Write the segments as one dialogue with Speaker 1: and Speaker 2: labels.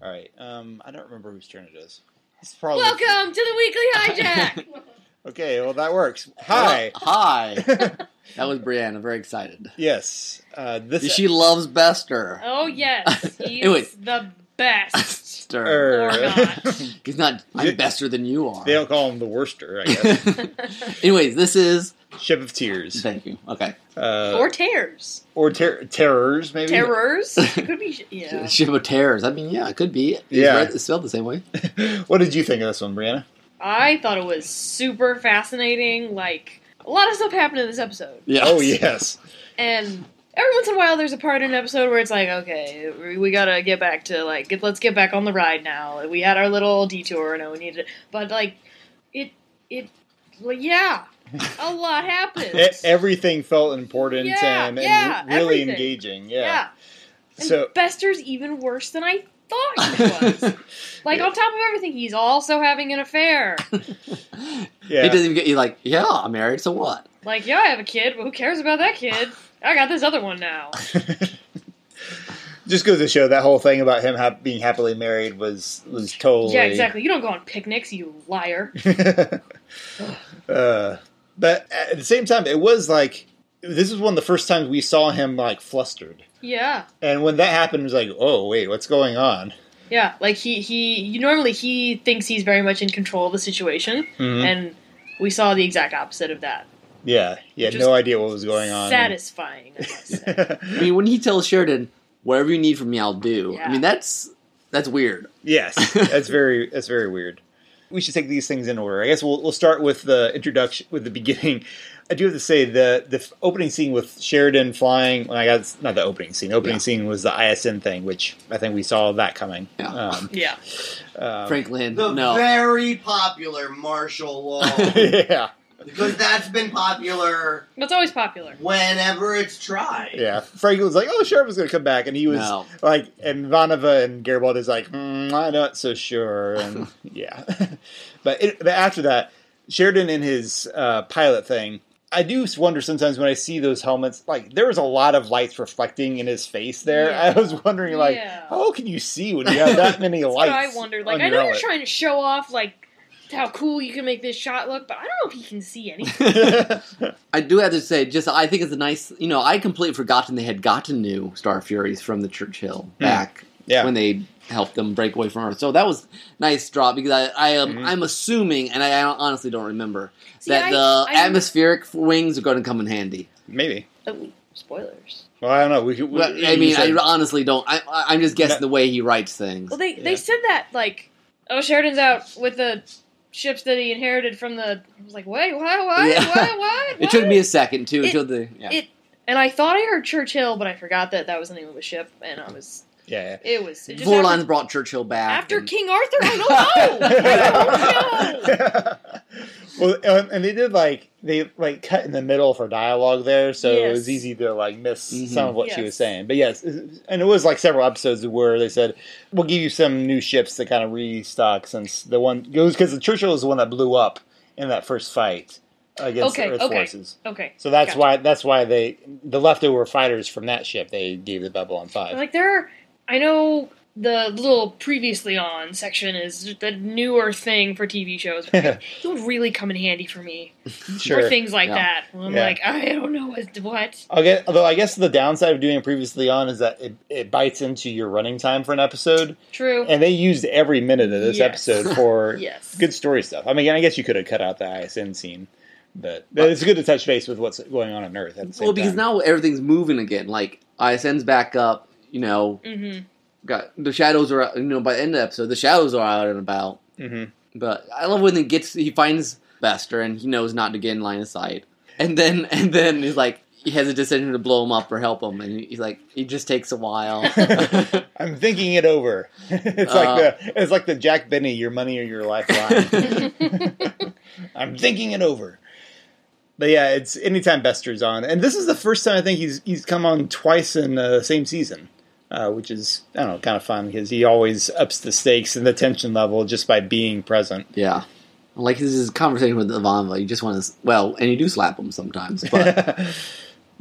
Speaker 1: All right. Um, I don't remember whose turn it is. It's probably
Speaker 2: Welcome to the weekly hijack.
Speaker 1: okay. Well, that works. Hi.
Speaker 3: Uh, hi. that was Brienne. I'm very excited.
Speaker 1: yes. Uh, this
Speaker 3: She loves Bester.
Speaker 2: oh yes, he's
Speaker 3: Anyway.
Speaker 2: the best.
Speaker 3: Bester.
Speaker 1: er,
Speaker 2: or not.
Speaker 3: He's not.
Speaker 1: You-
Speaker 3: I'm Bester than you are.
Speaker 1: they don't call him the Worcester, I guess.
Speaker 3: Uh, Anyways, this is.
Speaker 1: Ship of Tears.
Speaker 3: Thank you. Okay.
Speaker 1: Uh,
Speaker 2: or tears,
Speaker 1: or ter- terrors maybe
Speaker 2: terrors. It could be yeah.
Speaker 3: Ship of Terrors. I mean, yeah, it could be. It's
Speaker 1: Yeah.
Speaker 3: read- It's spelled the same way.
Speaker 1: what did you think of this one brianna
Speaker 2: I thought it was super fascinating. Like a lot of stuff happened in this episode,
Speaker 3: Yeah.
Speaker 1: oh yes
Speaker 2: and every once in a while, there's a part in an episode where it's like, okay, we- we gotta get back to like, get, let's get back on the ride now. We had our little detour, and we needed, it. but like, it, it, well, yeah, a lot happened.
Speaker 1: E- everything felt important
Speaker 2: Yeah,
Speaker 1: and, and
Speaker 2: yeah,
Speaker 1: really
Speaker 2: everything.
Speaker 1: engaging yeah,
Speaker 2: yeah. And
Speaker 1: so
Speaker 2: Bester's even worse than I thought he was. like on top of everything, he's also having an affair.
Speaker 3: It
Speaker 1: yeah
Speaker 3: doesn't even get you like, yeah, I'm married, so what?
Speaker 2: Like, yeah, I have a kid, but who cares about that kid? I got this other one now.
Speaker 1: just goes to show that whole thing about him hap being happily married was was totally
Speaker 2: Yeah, exactly. You don't go on picnics, you liar.
Speaker 1: uh, but at the same time it was like this is one of the first times we saw him like flustered
Speaker 2: Yeah.
Speaker 1: and when that happened it was like oh wait what's going on
Speaker 2: Yeah, like he he you normally he thinks he's very much in control of the situation
Speaker 3: Mm-hmm.
Speaker 1: Mhm.
Speaker 2: and we saw the exact opposite of that.
Speaker 1: yeah he had
Speaker 2: Just
Speaker 1: no idea what was going on
Speaker 2: Satisfying. I must say.
Speaker 3: I mean, when he tells Sheridan, whatever you need from me, I'll do.
Speaker 2: Yeah.
Speaker 3: I mean, that's that's weird.
Speaker 1: Yes, that's very that's very weird. We should take these things in order. I guess we'll we'll start with the introduction with the beginning. I do have to say the the f- opening scene with Sheridan flying. Well, I guess not the opening scene. The opening
Speaker 3: Yeah.
Speaker 1: scene was the ISN thing, which I think we saw that coming.
Speaker 3: Yeah.
Speaker 1: Um,
Speaker 2: yeah.
Speaker 1: um,
Speaker 3: Franklin,
Speaker 4: The
Speaker 3: no.
Speaker 4: very popular martial law.
Speaker 1: yeah,
Speaker 4: because that's been popular
Speaker 2: That's always popular.
Speaker 4: whenever it's tried.
Speaker 1: yeah. Franklin was like, "Oh, Sheridan was going to come back," and he was
Speaker 3: no.
Speaker 1: like, and Vanova and Garibaldi is like, mm, I'm not so sure, and yeah. but it, but after that, Sheridan in his uh, pilot thing, I do wonder sometimes when I see those helmets, like there was a lot of lights reflecting in his face there.
Speaker 2: Yeah.
Speaker 1: I was wondering, like,
Speaker 2: Yeah.
Speaker 1: how can you see when you have that many
Speaker 2: That's
Speaker 1: lights?
Speaker 2: what I wonder. Like
Speaker 1: on
Speaker 2: I
Speaker 1: your
Speaker 2: know you're
Speaker 1: helmet?
Speaker 2: trying to show off like how cool you can make this shot look, but I don't know if he can see anything.
Speaker 3: I do have to say, just I think it's a nice, you know, I completely forgotten they had gotten new Star Furies from the Churchill
Speaker 1: Hmm.
Speaker 3: back
Speaker 1: yeah,
Speaker 3: when they helped them break away from Earth. So that was nice drop because I, I am
Speaker 1: Mhm.
Speaker 3: I'm assuming, and I, I honestly don't remember
Speaker 2: See,
Speaker 3: that
Speaker 2: I-
Speaker 3: the
Speaker 2: I-
Speaker 3: atmospheric wings are going to come in handy.
Speaker 1: maybe.
Speaker 2: Oh, spoilers.
Speaker 1: Well, I don't know. We, could- we,
Speaker 3: Well, I
Speaker 1: you
Speaker 3: mean, I
Speaker 1: said-
Speaker 3: honestly don't. I, I- I'm just guessing
Speaker 1: No.
Speaker 3: the way he writes things.
Speaker 2: Well, they
Speaker 1: Yeah.
Speaker 2: they said that like, oh, Sheridan's out with the ships that he inherited from the. I was like, wait, what, what,
Speaker 3: Yeah.
Speaker 2: what, what?
Speaker 3: it took
Speaker 2: what?"
Speaker 3: me a second too
Speaker 2: It-
Speaker 3: until the yeah.
Speaker 2: it- And I thought I heard Churchill, but I forgot that that was the name of a ship, and I was
Speaker 1: yeah,
Speaker 2: it was it just
Speaker 3: Vorlons
Speaker 2: after,
Speaker 3: brought Churchill back.
Speaker 2: after
Speaker 3: and-
Speaker 2: King Arthur. I don't know. I don't know.
Speaker 1: well, and, and they did like they like cut in the middle for dialogue there, so it was
Speaker 2: Yes.
Speaker 1: easy to like miss
Speaker 3: Mhm.
Speaker 1: some of what she was
Speaker 2: Yes.
Speaker 1: saying. But yes, and it was like several episodes where they said we'll give you some new ships to kind of restock since the one goes because the Churchill is the one that blew up in that first fight against
Speaker 2: Okay,
Speaker 1: the Earth
Speaker 2: okay.
Speaker 1: forces.
Speaker 2: Okay,
Speaker 1: So that's
Speaker 2: Gotcha.
Speaker 1: why that's why they the leftover fighters from that ship they gave the Babylon Five.
Speaker 2: like there, are, I know the little previously on section is the newer thing for TV shows. It'll really come in handy for me for
Speaker 1: sure.
Speaker 2: things like
Speaker 3: Yeah.
Speaker 2: that. When I'm
Speaker 1: Yeah.
Speaker 2: like, I don't know what what.
Speaker 1: I guess, although I guess the downside of doing it previously on is that it, it bites into your running time for an episode,
Speaker 2: True.
Speaker 1: and they used every minute of this
Speaker 2: Yes.
Speaker 1: episode for
Speaker 2: yes.
Speaker 1: good story stuff. I mean, I guess you could have cut out the ISN scene, but, but it's good to touch base with what's going on on Earth at the same
Speaker 3: well, because
Speaker 1: time.
Speaker 3: now everything's moving again. Like ISN's back up. You know,
Speaker 2: hmm
Speaker 3: got the shadows are out- you know by the end of the episode the shadows are out and about.
Speaker 1: Mhm.
Speaker 3: But I love when he gets he finds Bester and he knows not to get in line of sight. And then and then he's like he has a decision to blow him up or help him, and he's like it just takes a while.
Speaker 1: I'm thinking it over. it's
Speaker 3: Uh,
Speaker 1: like the it's like the Jack Benny, your money or your life line. I'm thinking it over. But yeah, it's anytime Bester's on, and this is the first time I think he's he's come on twice in the same season, uh, which is I don't know kind of fun because he always ups the stakes and the tension level just by being present.
Speaker 3: yeah. Like this is a conversation with Ivanva. You just want to, well, and you do slap him sometimes, but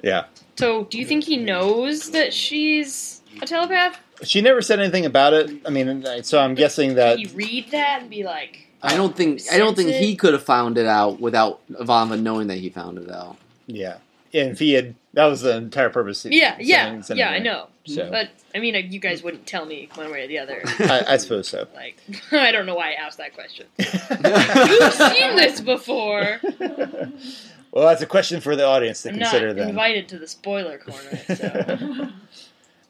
Speaker 1: yeah,
Speaker 2: So, do you think he knows that she's a telepath?
Speaker 1: She never said anything about it. I mean, uh, so I'm guessing that
Speaker 2: Did he read that and be like,
Speaker 3: I don't think I don't think he
Speaker 2: Sensitive.
Speaker 3: could have found it out without Ivanova knowing that he found it out.
Speaker 1: yeah. And if he had, that was the entire purpose. of
Speaker 2: yeah, yeah,
Speaker 1: sending- sending
Speaker 2: yeah, I
Speaker 1: it.
Speaker 2: know.
Speaker 1: So
Speaker 2: But I mean, you guys wouldn't tell me one way or the other.
Speaker 1: I, I suppose so.
Speaker 2: Like, I don't know why I asked that question. You've seen this before.
Speaker 1: well, that's a question for the audience to
Speaker 2: I'm not
Speaker 1: consider. Then
Speaker 2: invited to the spoiler corner. So.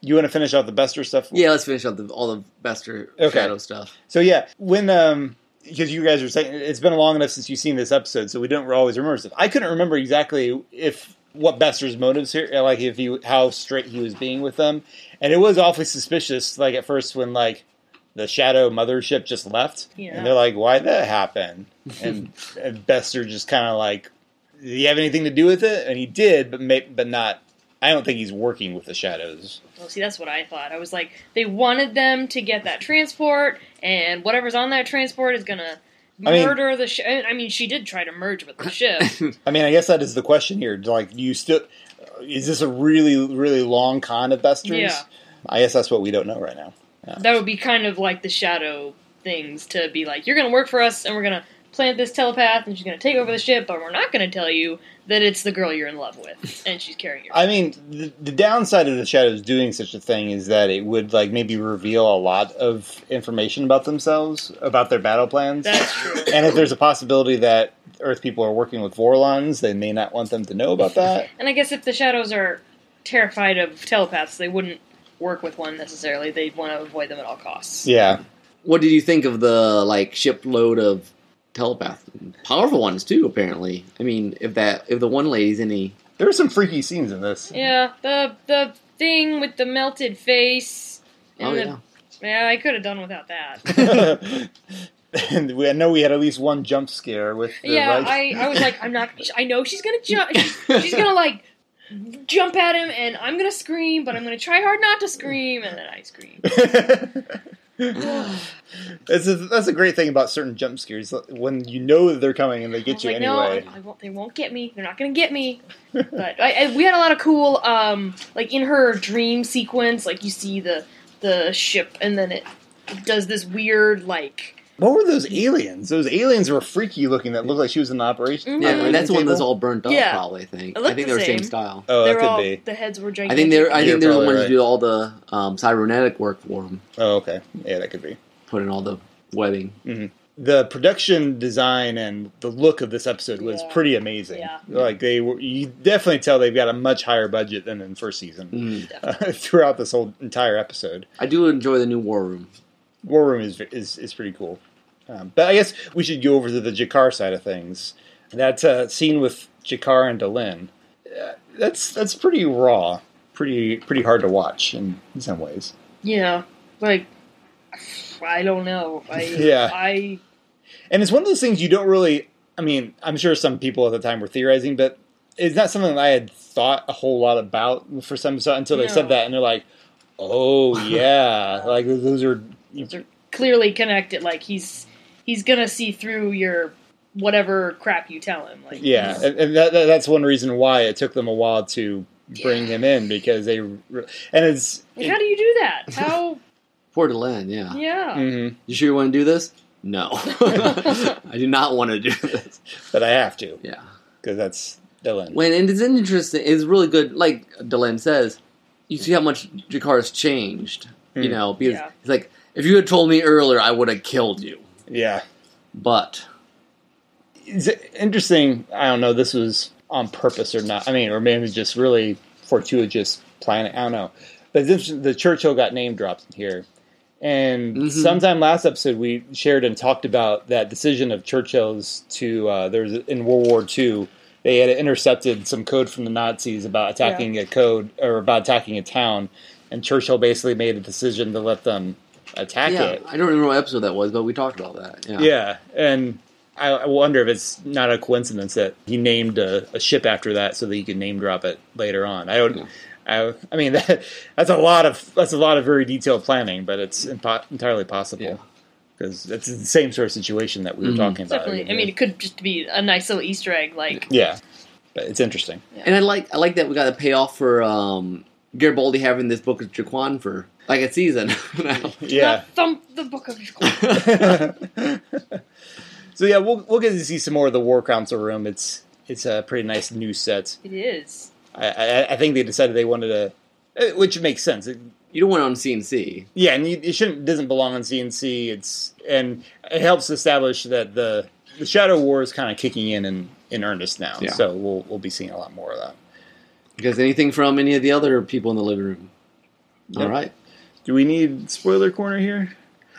Speaker 1: you want to finish off the Bester stuff?
Speaker 3: yeah, let's finish up the, all the Bester
Speaker 1: Okay.
Speaker 3: Shadow stuff.
Speaker 1: So yeah, when um because you guys are saying it's been long enough since you've seen this episode, so we don't always remember stuff. I couldn't remember exactly if what Bester's motives here, uh, like if he how straight he was being with them, and it was awfully suspicious. Like at first when like the Shadow mothership just left,
Speaker 2: Yeah.
Speaker 1: and they're like, "Why that happen?" And, and Bester just kind of like, "Did he have anything to do with it?" And he did, but may, but not. I don't think he's working with the Shadows.
Speaker 2: Well, see, that's what I thought. I was like, they wanted them to get that transport, and whatever's on that transport is gonna
Speaker 1: I mean-
Speaker 2: murder the ship. I mean, she did try to merge with the ship.
Speaker 1: I mean, I guess that is the question here. Like, do you still is this a really, really long con of Bester's?
Speaker 2: Yeah.
Speaker 1: I guess that's what we don't know right now.
Speaker 2: that would be kind of like the shadow things to be like, you're gonna work for us, and we're gonna plant this telepath, and she's gonna take over the ship, but we're not gonna tell you that it's the girl you're in love with, and she's carrying your.
Speaker 1: I mean, the, the downside of the Shadows doing such a thing is that it would like maybe reveal a lot of information about themselves, about their battle plans,
Speaker 2: that's true.
Speaker 1: and if there's a possibility that Earth people are working with Vorlons, they may not want them to know about that.
Speaker 2: And I guess if the shadows are terrified of telepaths, they wouldn't work with one necessarily. They'd want to avoid them at all costs.
Speaker 1: Yeah,
Speaker 3: What did you think of the like shipload of telepath, powerful ones too? Apparently, I mean, if that if the one lady's any,
Speaker 1: there are some freaky scenes in this.
Speaker 2: Yeah, the the thing with the melted face. And
Speaker 3: oh
Speaker 2: the,
Speaker 3: yeah,
Speaker 2: yeah, I could have done without that.
Speaker 1: and we, I know we had at least one jump scare with. The,
Speaker 2: yeah,
Speaker 1: like-
Speaker 2: I, I was like, I'm not. I know she's gonna jump. She's gonna like jump at him, and I'm gonna scream, but I'm gonna try hard not to scream, and then I scream.
Speaker 1: that's, a, that's a great thing about certain jump scares when you know that they're coming and they
Speaker 2: I
Speaker 1: get
Speaker 2: was
Speaker 1: you
Speaker 2: like,
Speaker 1: anyway.
Speaker 2: No, I, I won't, they won't get me. They're not gonna get me. But I, I, we had a lot of cool, um, like in her dream sequence, like you see the the ship, and then it does this weird like.
Speaker 1: What were those aliens? Those aliens were freaky looking. That looked like she was in the operation.
Speaker 2: Mhm.
Speaker 3: yeah,
Speaker 1: operating
Speaker 3: that's the one
Speaker 1: table.
Speaker 3: that's all burnt up.
Speaker 2: Yeah.
Speaker 3: Probably, I think.
Speaker 2: It
Speaker 3: I
Speaker 2: looked
Speaker 3: think
Speaker 2: the
Speaker 3: they were same
Speaker 2: same.
Speaker 3: style.
Speaker 1: Oh,
Speaker 2: they
Speaker 1: that
Speaker 2: were
Speaker 1: could
Speaker 2: all,
Speaker 1: be.
Speaker 2: The heads were
Speaker 3: I
Speaker 2: gigantic.
Speaker 3: think they're I
Speaker 1: You're
Speaker 3: think they're the
Speaker 1: probably
Speaker 3: ones
Speaker 1: right.
Speaker 3: who do all the um, cybernetic work for them,
Speaker 1: Oh, okay. Yeah, that could be.
Speaker 3: put in all the webbing.
Speaker 1: The production design and the look of this episode was
Speaker 2: Yeah.
Speaker 1: pretty amazing.
Speaker 2: Yeah.
Speaker 1: Like they were, you definitely tell they've got a much higher budget than in first season.
Speaker 3: Mm.
Speaker 1: throughout this whole entire episode.
Speaker 3: I do enjoy the new war room.
Speaker 1: War Room is is, is pretty cool. Um, but I guess we should go over to the Jakar side of things. That uh, scene with Jakar and Delin, uh, that's that's pretty raw, pretty pretty hard to watch in, in some ways.
Speaker 2: Yeah, like I don't know. I,
Speaker 1: Yeah.
Speaker 2: I
Speaker 1: And it's one of those things you don't really. I mean, I'm sure some people at the time were theorizing, but it's not something that I had thought a whole lot about for some until they said
Speaker 2: No.
Speaker 1: that, and they're like, "Oh yeah, like those are."
Speaker 2: clearly connected. Like he's he's gonna see through your whatever crap you tell him. Like
Speaker 1: Yeah,
Speaker 2: he's-
Speaker 1: and, and that, that, that's one reason why it took them a while to bring him in because they, re- and it's
Speaker 2: Like, how do you do that? How?
Speaker 3: Poor Delenn, yeah.
Speaker 2: Yeah.
Speaker 1: Mhm,
Speaker 3: You sure you want to do this? No, I do not want to do this.
Speaker 1: but I have to
Speaker 3: Yeah.
Speaker 1: because that's Dylan.
Speaker 3: When and it's interesting, it's really good. Like Delenn says, you see how much Jakar's changed. You
Speaker 1: Hmm.
Speaker 3: know, because
Speaker 2: Yeah.
Speaker 3: it's like if you had told me earlier, I would have killed you.
Speaker 1: yeah,
Speaker 3: But
Speaker 1: it's interesting. I don't know. This was on purpose or not? I mean, or maybe it's just really fortuitous planet. I don't know. But it's interesting, the Churchill got name dropped here, and
Speaker 3: Mhm.
Speaker 1: sometime last episode we shared and talked about that decision of Churchill's to uh, there was in World War II. They had intercepted some code from the Nazis about attacking a code or about attacking a town, and Churchill basically made a decision to let them attack
Speaker 3: yeah,
Speaker 1: it.
Speaker 3: I don't remember what episode that was, but we talked about that. Yeah.
Speaker 1: Yeah, and I, I wonder if it's not a coincidence that he named a, a ship after that so that he could name drop it later on. I don't.
Speaker 3: Yeah.
Speaker 1: I, I mean that, that's a lot of that's a lot of very detailed planning, but it's impo- entirely
Speaker 3: Yeah.
Speaker 1: possible because it's the same sort of situation that we were
Speaker 3: Mhm.
Speaker 1: talking about.
Speaker 2: Definitely. I mean, it could just be a nice little Easter egg. Like
Speaker 1: yeah, but it's interesting.
Speaker 3: And I like I like that we got a payoff for um, Garibaldi having this book of Jaquan for like a season. now.
Speaker 1: Yeah.
Speaker 2: Thump the book of
Speaker 1: so yeah, we'll we'll get to see some more of the War Council room. It's it's a pretty nice new set.
Speaker 2: It is.
Speaker 1: I I, I think they decided they wanted to, eh, which makes sense. It,
Speaker 3: you don't want it on CNC.
Speaker 1: yeah, and you, it shouldn't doesn't belong on CNC. It's and it helps establish that the the Shadow War is kind of kicking in in, in earnest now.
Speaker 3: Yeah.
Speaker 1: So we'll we'll be seeing a lot more of that.
Speaker 3: Because anything from any of the other people in the living room. All
Speaker 1: Yep.
Speaker 3: right.
Speaker 1: Do we need spoiler corner here?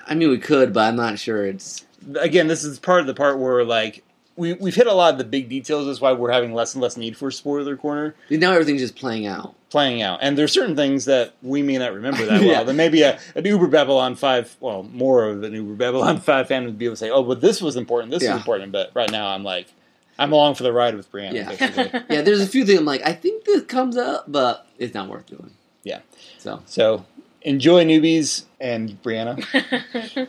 Speaker 3: I mean, we could, but I'm not sure it's.
Speaker 1: Again, this is part of the part where like we we've hit a lot of the big details. That's why we're having less and less need for spoiler corner.
Speaker 3: Now everything's just playing out.
Speaker 1: playing out. And there's certain things that we may not remember that well.
Speaker 3: Yeah.
Speaker 1: Then maybe a, an Uber Babylon 5, well, more of an Uber Babylon 5 fan would be able to say, oh, but this was important, this
Speaker 3: Yeah.
Speaker 1: was important. But right now I'm like, I'm along for the ride with Brianna.
Speaker 3: Yeah.
Speaker 1: basically.
Speaker 3: Yeah, there's a few things I'm like, I think this comes up, but it's not worth doing.
Speaker 1: Yeah.
Speaker 3: So,
Speaker 1: so enjoy newbies and Brianna.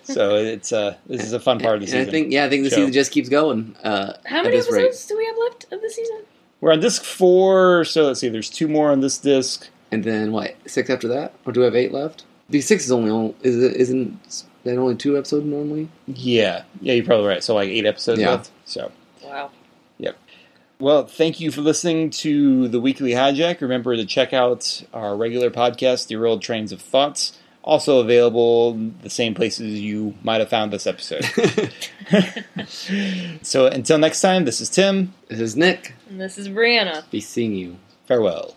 Speaker 1: So it's uh, this is a fun part of the
Speaker 3: and
Speaker 1: season.
Speaker 3: I think, yeah, I think the
Speaker 1: Show.
Speaker 3: season just keeps going. Uh,
Speaker 2: How
Speaker 3: at
Speaker 2: many
Speaker 3: this rate.
Speaker 2: episodes do we have left of the season?
Speaker 1: We're on disc four. So let's see, there's two more on this disc.
Speaker 3: And then what? Six after that, or do we have eight left? The six is only on- is it, isn't that only two episodes normally?
Speaker 1: Yeah. Yeah, you're probably right. So like eight episodes
Speaker 3: Yeah.
Speaker 1: left. So.
Speaker 2: Wow.
Speaker 1: Well, thank you for listening to the Weekly Hijack. Remember to check out our regular podcast, The Old Trains of Thoughts, also available the same places you might have found this episode. so until next time, this is Tim.
Speaker 3: This is Nick.
Speaker 2: And this is Brianna.
Speaker 3: Be seeing you.
Speaker 1: Farewell.